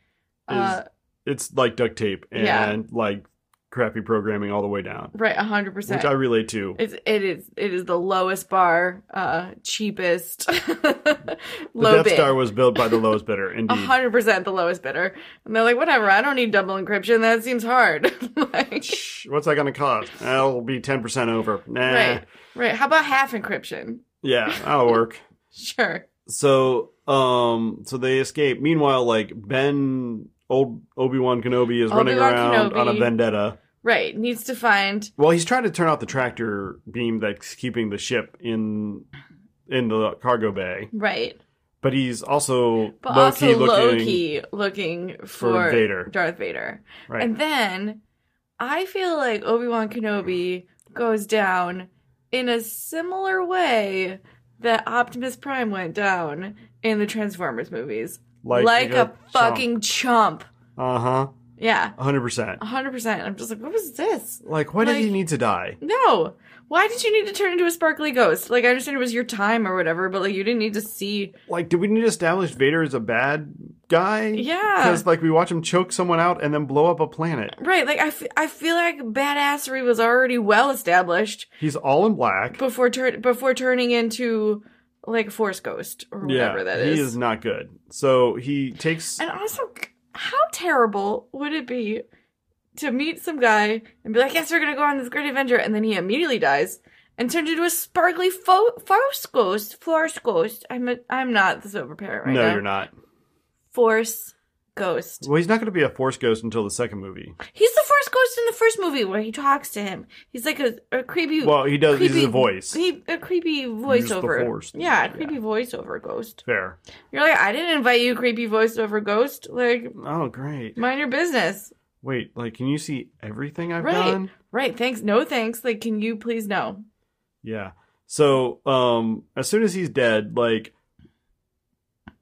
Uh, it's like duct tape and Yeah. like crappy programming all the way down, right, 100%. which I relate to. It's it is it is the lowest bar, uh, cheapest, *laughs* the low Death bid, Star was built by the lowest *laughs* bidder, indeed. hundred percent the lowest bidder, and they're like, whatever, I don't need double encryption. That seems hard. *laughs* like, Shh, What's that going to cost? That'll be 10% over. Nah. right, right. How about half encryption? Yeah, that'll work. Sure. so um so they escape meanwhile like ben old obi-wan kenobi is running Obi-Wan around on a Kenobi. vendetta Right, needs to find well he's trying to turn off the tractor beam that's keeping the ship in in the cargo bay right, but he's also but low-key also low looking key looking for, Vader. Darth Vader, right and then I feel like Obi Wan Kenobi goes down in a similar way that Optimus Prime went down in the Transformers movies, like, a, fucking chump. uh-huh Yeah, 100% hundred percent. I'm just like, what was this? like why did Like- he need to die No, why did you need to turn into a sparkly ghost? Like, I understand it was your time or whatever, but like, you didn't need to see. like did we need to establish vader is a bad guy Yeah, because like we watch him choke someone out and then blow up a planet right. Like, I, f- I feel like badassery was already well established. he's all in black before tur- before turning into like force ghost or whatever that is. He is not good. So he takes And also, c- how terrible would it be to meet some guy and be like, "Yes, we're gonna go on this great adventure," and then he immediately dies and turns into a sparkly fo- force ghost. Force ghost. I'm a- I'm not the sober parent right No, now. you're not. Force ghost. Well, he's not going to be a force ghost until the second movie. He's the force ghost in the first movie where he talks to him. He's like a, a creepy. Well, he does he's creepy a voice. He a creepy the voiceover. force. Yeah, a creepy voiceover ghost. Fair. You're like, I didn't invite you, creepy voiceover ghost. Like, Oh, great. mind your business. Wait, like can you see everything I've Right. done? Right, thanks. No thanks. Like, can you please no? Yeah. So, um as soon as he's dead, like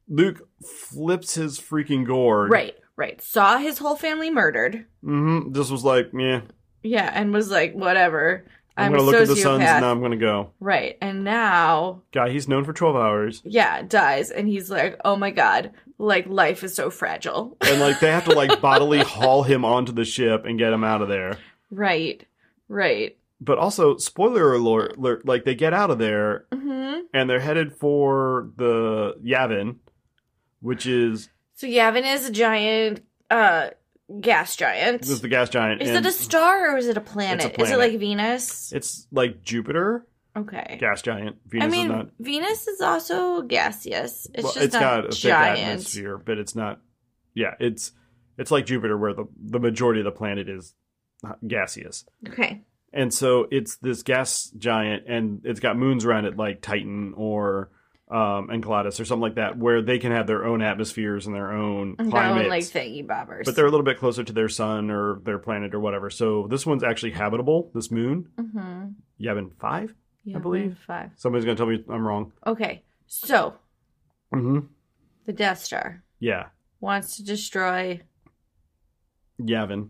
Luke flips his freaking gourd. Right, right. Saw his whole family murdered. Mhm. This was like, yeah, Yeah, and was like, whatever. I'm, I'm, going a to look sociopath. at the suns and I'm going to go. Right, and now, Guy, he's known for 12 hours. yeah, dies. And he's like, oh my god, like, life is so fragile. *laughs* And like they have to like *laughs* bodily haul him onto the ship and get him out of there. right, right. but also spoiler alert, alert like they get out of there hmm and they're headed for the yavin which is So Yavin is a giant, uh, gas giant. this is the gas giant is and it a star or is it a planet? Is it planet. like Venus? it's like jupiter okay. gas giant venus I mean, is not Venus is also gaseous. It's well, just it's not got a thick giant. atmosphere but it's not yeah it's it's like jupiter where the the majority of the planet is uh, gaseous Okay. and so it's this gas giant and it's got moons around it like titan or um, Enceladus or something like that, where they can have their own atmospheres and their own climates. Their own like thingy bobbers. but they're a little bit closer to their sun or their planet or whatever. So this one's actually habitable. This moon, hmm Yavin Five. yeah, believe- five. Somebody's gonna tell me I'm wrong. Okay. So Mm-hmm. the Death Star Yeah, wants to destroy. Yavin.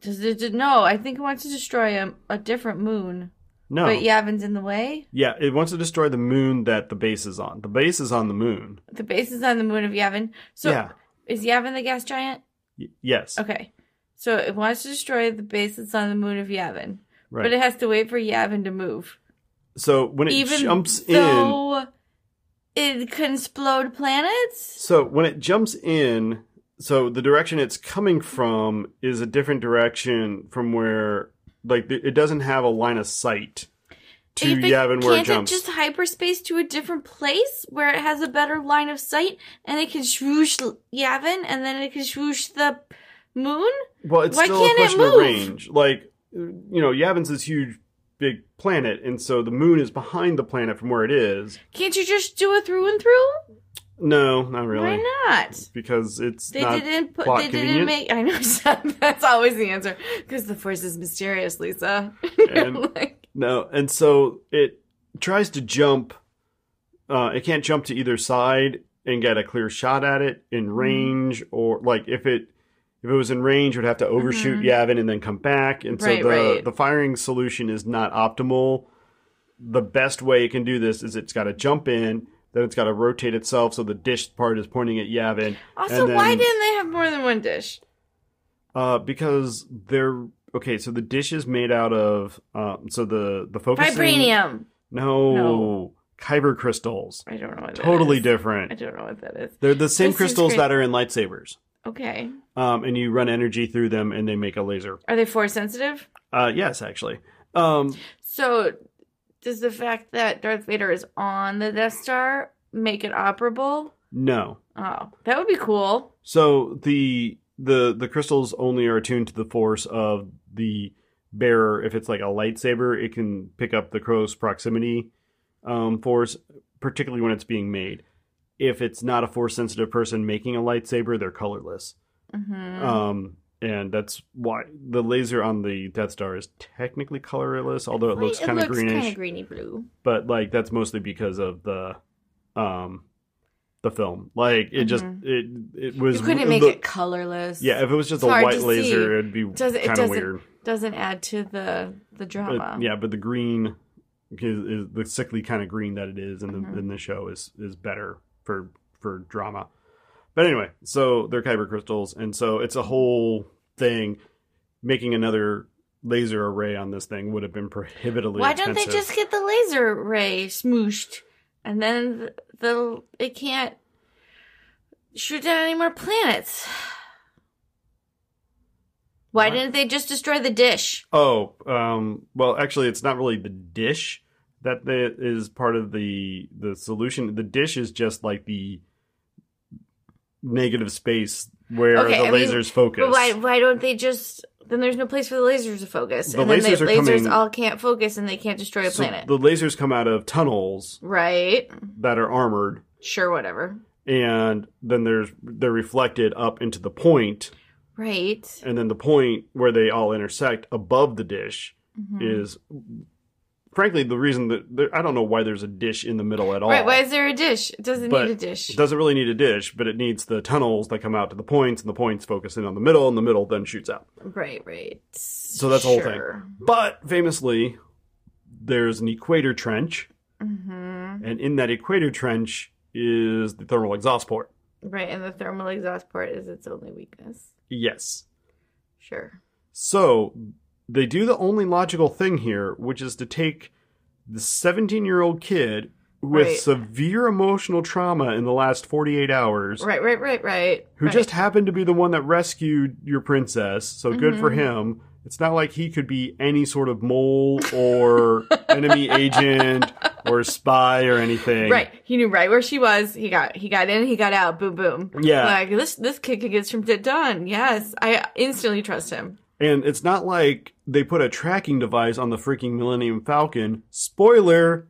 Does it? No, I think it wants to destroy a, a different moon. No. But Yavin's in the way. Yeah, it wants to destroy the moon that the base is on. The base is on the moon. The base is on the moon of Yavin. So yeah. is Yavin the gas giant? Y- yes. Okay. So it wants to destroy the base that's on the moon of Yavin, Right. but it has to wait for Yavin to move. so when it even jumps in, though it can explode planets. so when it jumps in, so the direction it's coming from is a different direction from where, like, it doesn't have a line of sight to If it- Yavin where it can't jumps. just hyperspace to a different place where it has a better line of sight, and it can swoosh L- Yavin, and then it can swoosh the moon. Well, it's Why still a can't it question of move? range. Like, you know, Yavin's this huge, big planet, and so the moon is behind the planet from where it is. Can't you just do it through and through? No, not really. Why not? Because it's They not. didn't put. plot They convenient. didn't make. I know *laughs* that's always the answer because the force is mysterious, Lisa. *laughs* And- Like, No, and so it tries to jump. Uh, it can't jump to Hmm. either side and get a clear shot at it in range, or like if it If it was in range, it would have to overshoot Mhm. Yavin and then come back. And so Mm-hmm. Right, the, right. the firing solution is not optimal. The best way it can do this is it's got to jump in, then it's got to rotate itself so the dish part is pointing at Yavin. Also, and then- why didn't they have more than one dish? Uh, because they're okay. So the dish is made out of um. So the the focus Vibranium. No, No. kyber crystals. I don't know what that Totally is. different. I don't know what that is. They're the same This is crystals great. that are in lightsabers. Okay. Um, and you run energy through them, and they make a laser. Are they force sensitive? Uh, yes, actually. Um, So, does the fact that Darth Vader is on the Death Star make it operable? no. Oh, that would be cool. So the the the crystals only are attuned to the force of the bearer. If it's like a lightsaber, it can pick up the close proximity um, force, particularly when it's being made. If it's not a force sensitive person making a lightsaber, they're colorless. hmm Um, and that's why the laser on the Death Star is technically colorless, although it looks kind of greenish. kind of greeny blue. But like that's mostly because of the, um, the film. Like it just Mhm. it it was you couldn't make the- it colorless. Yeah, if it was just It's a hard white to laser, see. it'd be Does- it kind of doesn't weird. doesn't add to the the But- drama. uh, yeah, but the green is, is the sickly kind of green that it is in the Mhm. in the show is is better for for drama. But anyway, so they're kyber crystals, and so it's a whole thing. Making another laser array on this thing would have been prohibitively. Why don't they expensive. just get the laser ray smooshed, and then the, the it can't shoot down any more planets? Why What? didn't they just destroy the dish? Oh, um, well, actually, it's not really the dish that the, is part of the the solution. The dish is just like the negative space where Okay, the I mean, lasers focus. But why why don't they just then there's no place for the lasers to focus, The and then lasers the are lasers coming- all can't focus, and they can't destroy a So planet. the lasers come out of tunnels Right? that are armored, Sure, whatever. and then there's they're reflected up into the point, Right. and then the point where they all intersect above the dish Mhm. is. Frankly, the reason that there, I don't know why there's a dish in the middle at all. Right? Why is there a dish? It doesn't But need a dish. It doesn't really need a dish, but it needs the tunnels that come out to the points, and the points focus in on the middle, and the middle then shoots out. Right, right. So that's the whole thing. But famously, there's an equator trench, Mm-hmm. and in that equator trench is the thermal exhaust port. Right, and the thermal exhaust port is its only weakness. Yes. Sure. So they do the only logical thing here, which is to take the 17 year old kid with Right. severe emotional trauma in the last 48 hours. Right, right, right, right. who right. just happened to be the one that rescued your princess. So good for Mhm. him. It's not like he could be any sort of mole *laughs* or enemy agent or spy or anything. right. He knew right where she was. He got he got in. He got out. Boom, boom. Yeah. Like this this kid can get stripped it done. Yes, I instantly trust him. And it's not like they put a tracking device on the freaking Millennium Falcon. Spoiler,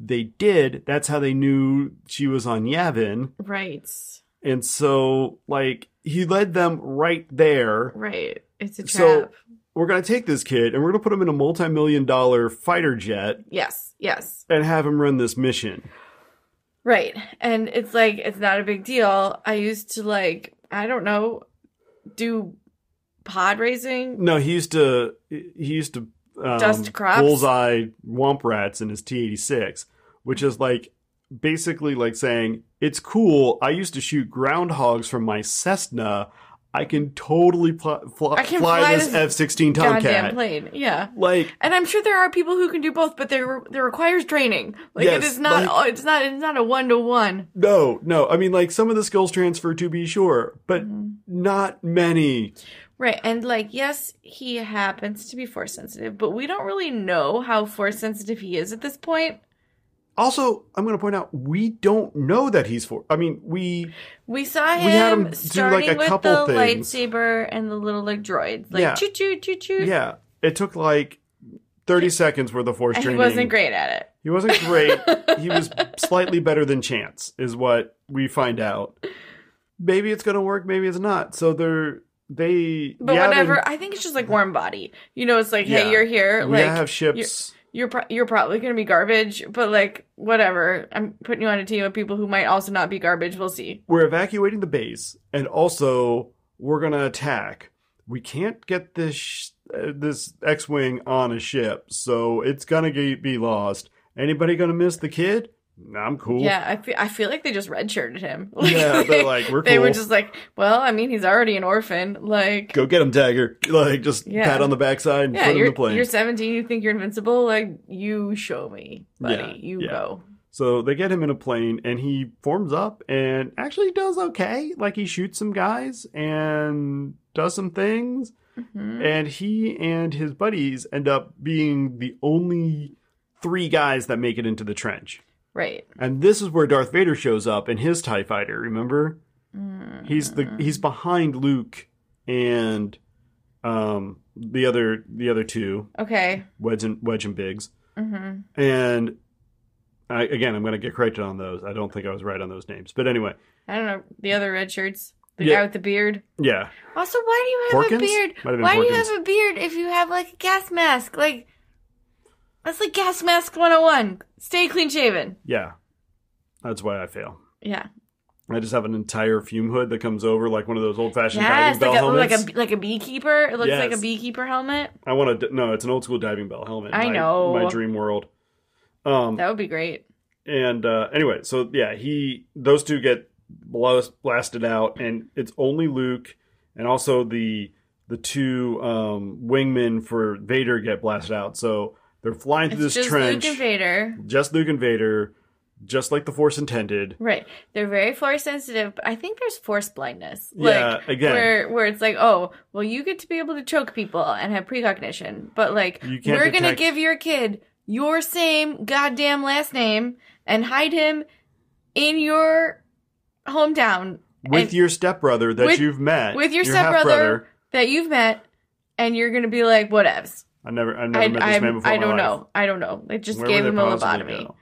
they did. That's how they knew she was on Yavin. Right, And so, like, he led them right there. right. It's a trap. So- We're going to take this kid and we're going to put him in a multi million dollar fighter jet yes, yes. and have him run this mission. Right. And it's like it's not a big deal. I used to like, I don't know, do pod racing. No, he used to he used to um, Dust crops? bullseye womp rats in his T eighty six, which is like basically like saying it's cool. I used to shoot groundhogs from my Cessna. I can totally pl- fl- I can fly, fly this this F sixteen Goddamn Tomcat. plane. Yeah. Like And I'm sure there are people who can do both, but they re- that requires training. Like Yes, it is not like- it's not it's not a one to one. no, no. I mean, like some of the skills transfer to be sure, but Mm-hmm. not many. Right. And like yes, he happens to be force sensitive, but we don't really know how force sensitive he is at this point. Also, I'm going to point out we don't know that he's for. I mean, *laughs* we We saw him, We had him do, like, a starting with couple the things. lightsaber and the little like droids. Like Yeah. choo choo choo choo. Yeah, it took like 30 seconds worth of force And he training. wasn't great at it. He wasn't *laughs* great. he was slightly better than Chance, is what we find out. Maybe it's gonna work. Maybe it's not. So they're they. But Yavin- whatever. I think it's just like warm body. You know, it's like, Yeah. hey, you're here. We like have ships. you're pro- you're probably gonna be garbage, but like whatever. I'm putting you on a team of people who might also not be garbage. We'll see. We're evacuating the base, and also we're gonna attack. We can't get this sh- uh, this X-wing on a ship, so it's gonna ge- be lost. Anybody gonna miss the kid? Nah, I'm cool. Yeah, I feel, I feel like they just redshirted him. *laughs* yeah. they, They're like, we're cool. *laughs* they were just like, well, I mean, he's already an orphan. Like, go get him, Dagger. *laughs* Like just Yeah. pat on the backside and yeah, put him in you're, the plane. you're 17. You think you're invincible? Like, you show me, buddy. Yeah, you yeah. go. So they get him in a plane and he forms up and actually does okay. Like he shoots some guys and does some things. Mhm. And he and his buddies end up being the only three guys that make it into the trench. Right. And this is where Darth Vader shows up in his TIE fighter, remember? He's the Mm. he's behind Luke and um the other the other two, okay. Wedge and Wedge and Biggs. hmm And I, again, I'm going to get corrected on those. I don't think I was right on those names. But anyway, I don't know. The other red shirts. The Yeah. guy with the beard. yeah. Also, why do you have Porkins? a beard? Might have been Why do you Porkins. have a beard if you have like a gas mask? Like, that's like gas mask 101. Stay clean shaven. Yeah. That's why I fail. Yeah. I just have an entire fume hood that comes over like one of those old fashioned Yes, diving bell like a, like helmets. a like a beekeeper. It looks like a Yes. beekeeper helmet. I want to, no, it's an old school diving bell helmet. I My- know. My dream world. Um, That would be great. and uh, anyway, so yeah, he, those two get blast, blasted out and it's only Luke and also the, the two um, wingmen for Vader get blasted out. So they're flying through It's this just trench. Luke and Vader. just Luke and Vader, just like the Force intended. Right. They're very force sensitive, but I think there's force blindness. yeah, Like again, where where it's like, oh, well you get to be able to choke people and have precognition, but like You can't we're gonna detect- give your kid your same goddamn last name and hide him in your hometown with and- your stepbrother that with- you've met, with your, half-brother- stepbrother that you've met and you're gonna be like, whatevs. I never, I never I, met this I, man before. I in my don't life. know. I don't know. They just Where gave would him they a possibly lobotomy. go?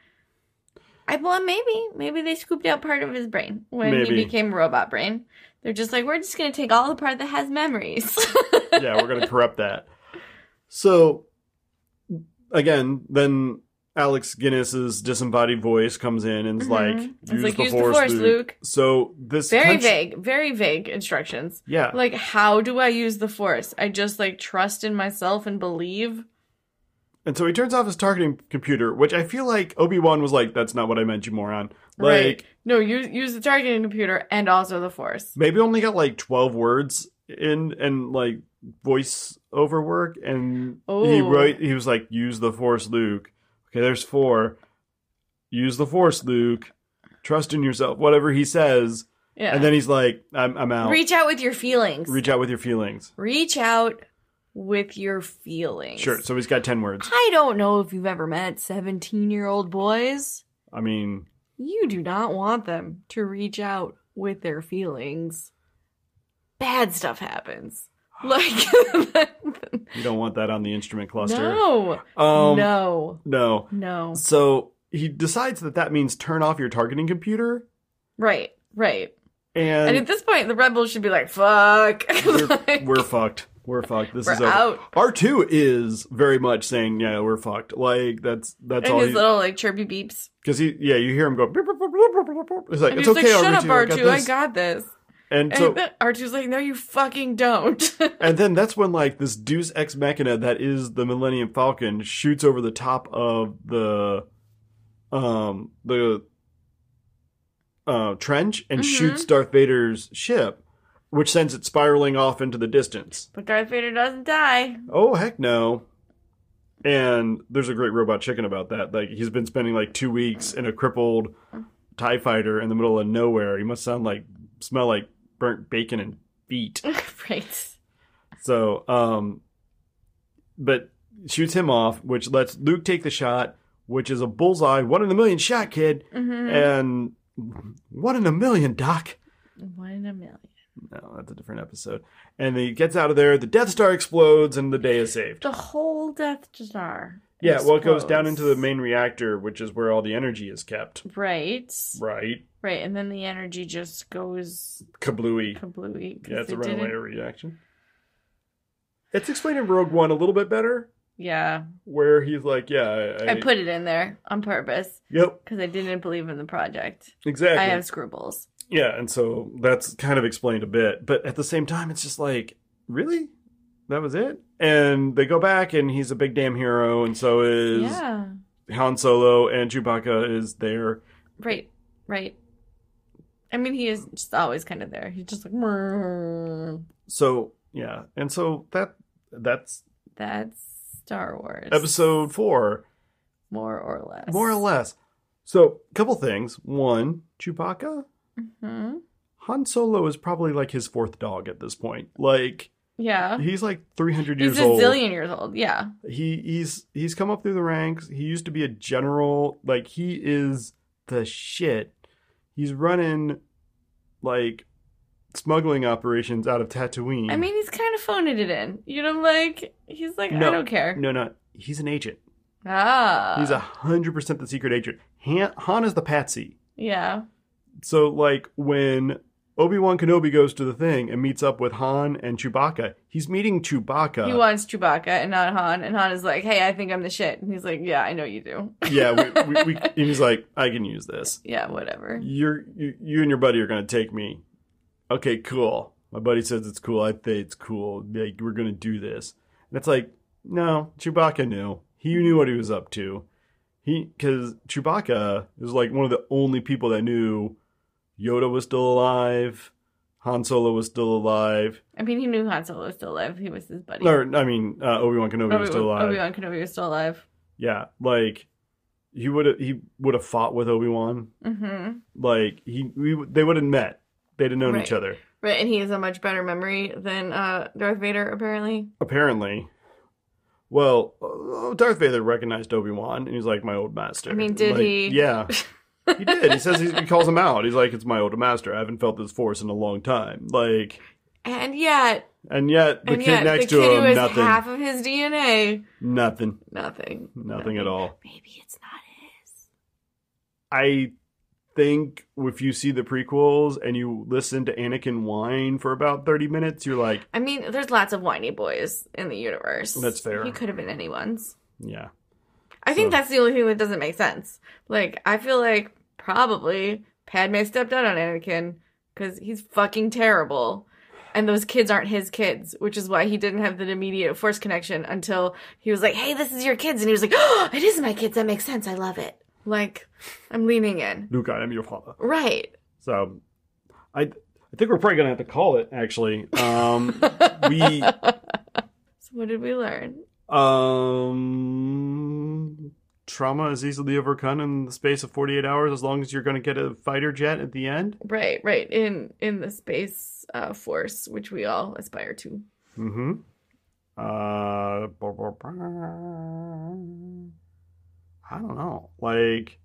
I well, maybe maybe they scooped out part of his brain when he Maybe. became robot brain. They're just like we're just gonna take all the part that has memories. *laughs* yeah, we're gonna corrupt that. So, again, then Alex Guinness's disembodied voice comes in and is like, Mhm. "Use, It's like, the, "Use the force, Force, Luke." Luke. So this very country- vague, very vague instructions. Yeah, Like how do I use the force? I just like trust in myself and believe. And so he turns off his targeting computer, which I feel like Obi Wan was like, "That's not what I meant, you moron." Like, right? No, use use the targeting computer and also the force. maybe only got like twelve words in, and like voice over work, and he Oh. wrote, he was like, "Use the Force, Luke." Okay, there's four. Use the Force, Luke. Trust in yourself. Whatever he says, Yeah. and then he's like, "I'm, I'm out. reach out with your feelings. Reach out with your feelings." reach out with your feelings. Sure. So he's got ten words. I don't know if you've ever met 17 year old boys. I mean, You do not want them to reach out with their feelings. Bad stuff happens. Like, *laughs* you don't want that on the instrument cluster. no, Um, no, no. no. So he decides that that means turn off your targeting computer, Right, right. And and, at this point, the rebels should be like, fuck. *laughs* we're, Like, we're fucked. We're fucked. This we're is over. out. R two is very much saying, "Yeah, we're fucked." Like that's that's and all. his Because little like chirpy beeps. he, yeah, you hear him go. "Beep, beep, beep, beep, beep, beep." It's like And it's he's okay, like, shut R2, up, R2, I this." got this. And And *laughs* so, then R2's like, no, you fucking don't. *laughs* and then that's when like this Deus Ex Machina that is the Millennium Falcon shoots over the top of the, um, the, uh, trench and Mhm. shoots Darth Vader's ship, which sends it spiraling off into the distance. but Darth Vader doesn't die. *laughs* Oh heck no. And there's a great robot chicken about that. Like he's been spending like two weeks in a crippled TIE fighter in the middle of nowhere. He must sound like smell like burnt bacon and feet. right. So um but shoots him off, which lets Luke take the shot, which is a bullseye, one in a million shot, kid. Mm-hmm. And one in a million, Doc. One in a million. No, that's a different episode. And he gets out of there, the Death Star explodes, and the day is saved. The whole Death Star. Yeah, well, it goes down explodes. into the main reactor, which is where all the energy is kept. Right. Right? Right, and then the energy just goes Kablooey. kablooey. 'cause Yeah, it's they a runaway didn't- reaction. It's explained in Rogue One a little bit better. Yeah. where he's like, yeah, I, I put it in there on purpose Yep, because I didn't believe in the project. exactly. I have scruples. Yeah, and so that's kind of explained a bit, but at the same time, it's just like, really, that was it. And they go back, and he's a big damn hero, and so is Yeah. Han Solo, and Chewbacca is there. Right. Right. I mean, he is just always kind of there. He's just like, "Mrrr." So yeah, and so that that's that's Star Wars. episode four, More or less. more or less. So a couple things. One, Chewbacca, hmm Han Solo is probably like his fourth dog at this point. Like Yeah. he's like three hundred years Uh, He's a old. zillion years old. Yeah. he he's he's come up through the ranks. He used to be a general. Like he is the shit. He's running like smuggling operations out of Tatooine. I mean, he's kind of phoning it in. You know, like, he's like, No. I don't care. no, no, he's an agent. Ah. He's a hundred percent the secret agent. Han, Han is the patsy. Yeah. So like when Obi Wan Kenobi goes to the thing and meets up with Han and Chewbacca, he's meeting Chewbacca. He wants Chewbacca and not Han, and Han is like, "Hey, I think I'm the shit," and he's like, "Yeah, I know you do." yeah, we, we, we, and he's like, I can use this. Yeah, whatever. You're you, you and your buddy are gonna take me. Okay, cool. My buddy says it's cool. I say it's cool. Like we're gonna do this. And it's like no, Chewbacca knew. He knew what he was up to. He because Chewbacca is like one of the only people that knew Yoda was still alive. Han Solo was still alive. I mean, he knew Han Solo was still alive. He was his buddy. Or I mean, uh, Obi Wan Kenobi was still alive. Obi-Wan Kenobi was still alive. Yeah, like he would he would have fought with Obi Wan. Mm-hmm. Like he we, they would have met. They'd have known each Right. other. Right, and he has a much better memory than uh, Darth Vader, apparently. apparently. Well, uh, Darth Vader recognized Obi Wan, and he's like my old master. I mean, did Like, he? *laughs* Yeah, he did. He says he, he calls him out. He's like, "It's my old master. I haven't felt this force in a long time." Like, And yet, and yet the and kid yet, next the to kid who him, has nothing, half of his DNA, nothing, nothing, nothing at all. Maybe it's not his. I think if you see the prequels and you listen to Anakin whine for about thirty minutes, you're like, I mean, there's lots of whiny boys in the universe. That's fair. He could have been anyone's. "Yeah, I think So- that's the only thing that doesn't make sense. Like, I feel like probably Padme stepped out on Anakin because he's fucking terrible. And those kids aren't his kids, which is why he didn't have the immediate force connection until he was like, hey, this is your kids. And he was like, oh, it is my kids. That makes sense. I love it. Like, I'm leaning in. Luke, I am your father." Right. So, I I think we're probably gonna have to call it. Actually, um, we. So, what did we learn? Um, trauma is easily overcome in the space of 48 hours as long as you're going to get a fighter jet at the end. Right, right. In in the space uh, force, which we all aspire to. Mm-hmm. Uh, blah, blah, blah. I don't know. Like,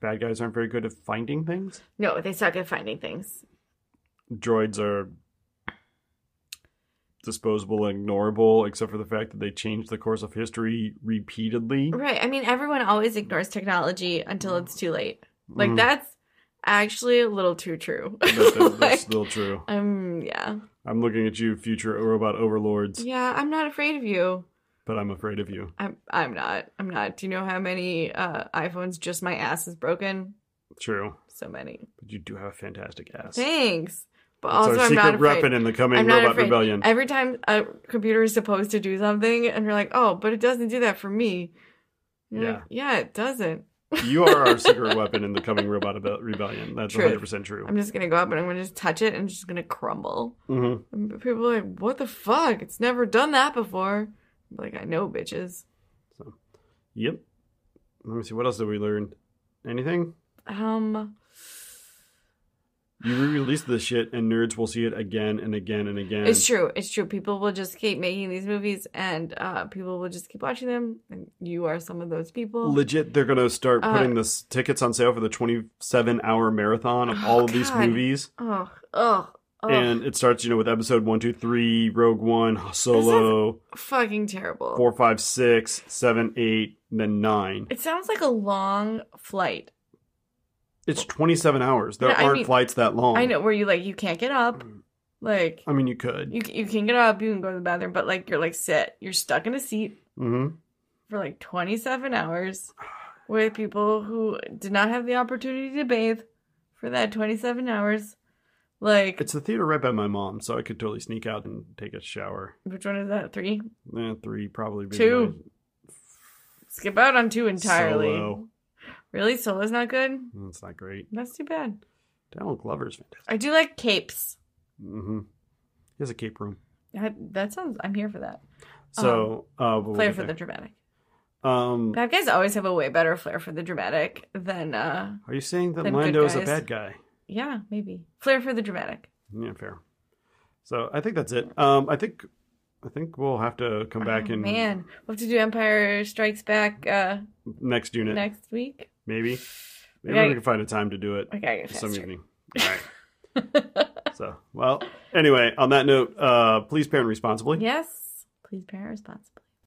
bad guys aren't very good at finding things. No, they suck at finding things. Droids are disposable and ignorable, except for the fact that they change the course of history repeatedly. Right. I mean, everyone always ignores technology until it's too late. Like Mhm. that's actually a little too true. *laughs* That- that- that's Like, still true. um, yeah, I'm looking at you, future robot overlords, yeah. I'm not afraid of you. but I'm afraid of you. I'm, I'm not. I'm not. Do you know how many uh, iPhones just my ass is broken? True. So many. But you do have a fantastic ass. Thanks. But It's also, our I'm secret not afraid. weapon in the coming I'm not robot afraid. rebellion. Every time a computer is supposed to do something, and you're like, "Oh, but it doesn't do that for me." You're Yeah. like, yeah, it doesn't. you are our secret weapon in the coming robot abe- rebellion. That's True. 100% true. I'm just gonna go up and I'm gonna just touch it and it's just gonna crumble. Mhm. And p- people are like, what the fuck? It's never done that before. I'm like, I know, bitches. Yep. Let me see. What else did we learn? Anything? Um, You re release this shit, and nerds will see it again and again and again. it's true. It's true. People will just keep making these movies, and uh, people will just keep watching them. And you are some of those people. Legit, they're going to start Uh, putting the s- tickets on sale for the 27 hour marathon of Oh, all of these God. movies. Ugh, ugh, ugh. And it starts, you know, with episode one, two, three, Rogue One, Solo. Fucking terrible. four, five, six, seven, eight, and then nine. It sounds like a long flight. It's 27 hours. There Yeah, I aren't mean- flights that long. Mm. I know where you like you can't get up, Like I mean, you could. you you can get up, you can go to the bathroom, but like you're like sit, you're stuck in a seat hmm for like 27 hours with people who did not have the opportunity to bathe for that 27 hours. Like It's the theater right by my mom, so I could totally sneak out and take a shower. which one is that? 3? Eh, three probably. be Two. nice. Skip out on 2 entirely. Solo. Really? Solo's not good? That's not great. That's too bad. Donald Glover's fantastic. I do like capes. hmm He has a cape room. That, that sounds I'm here for that. So uh, we'll Flair get Um, for the there. dramatic. Um, Bad guys always have a way better flair for the dramatic than uh are you saying that than good Lando is a guys. bad guy? yeah, maybe. Flair for the dramatic. Yeah, fair. So I think that's it. Um, I think I think we'll have to come back Oh, in man, we'll have to do Empire Strikes Back uh next unit, next week. maybe. Maybe gotta- we can find a time to do it Okay, some faster. evening. All right. so *laughs* *laughs* well, anyway, on that note, uh, please parent responsibly. Yes. Please parent responsibly.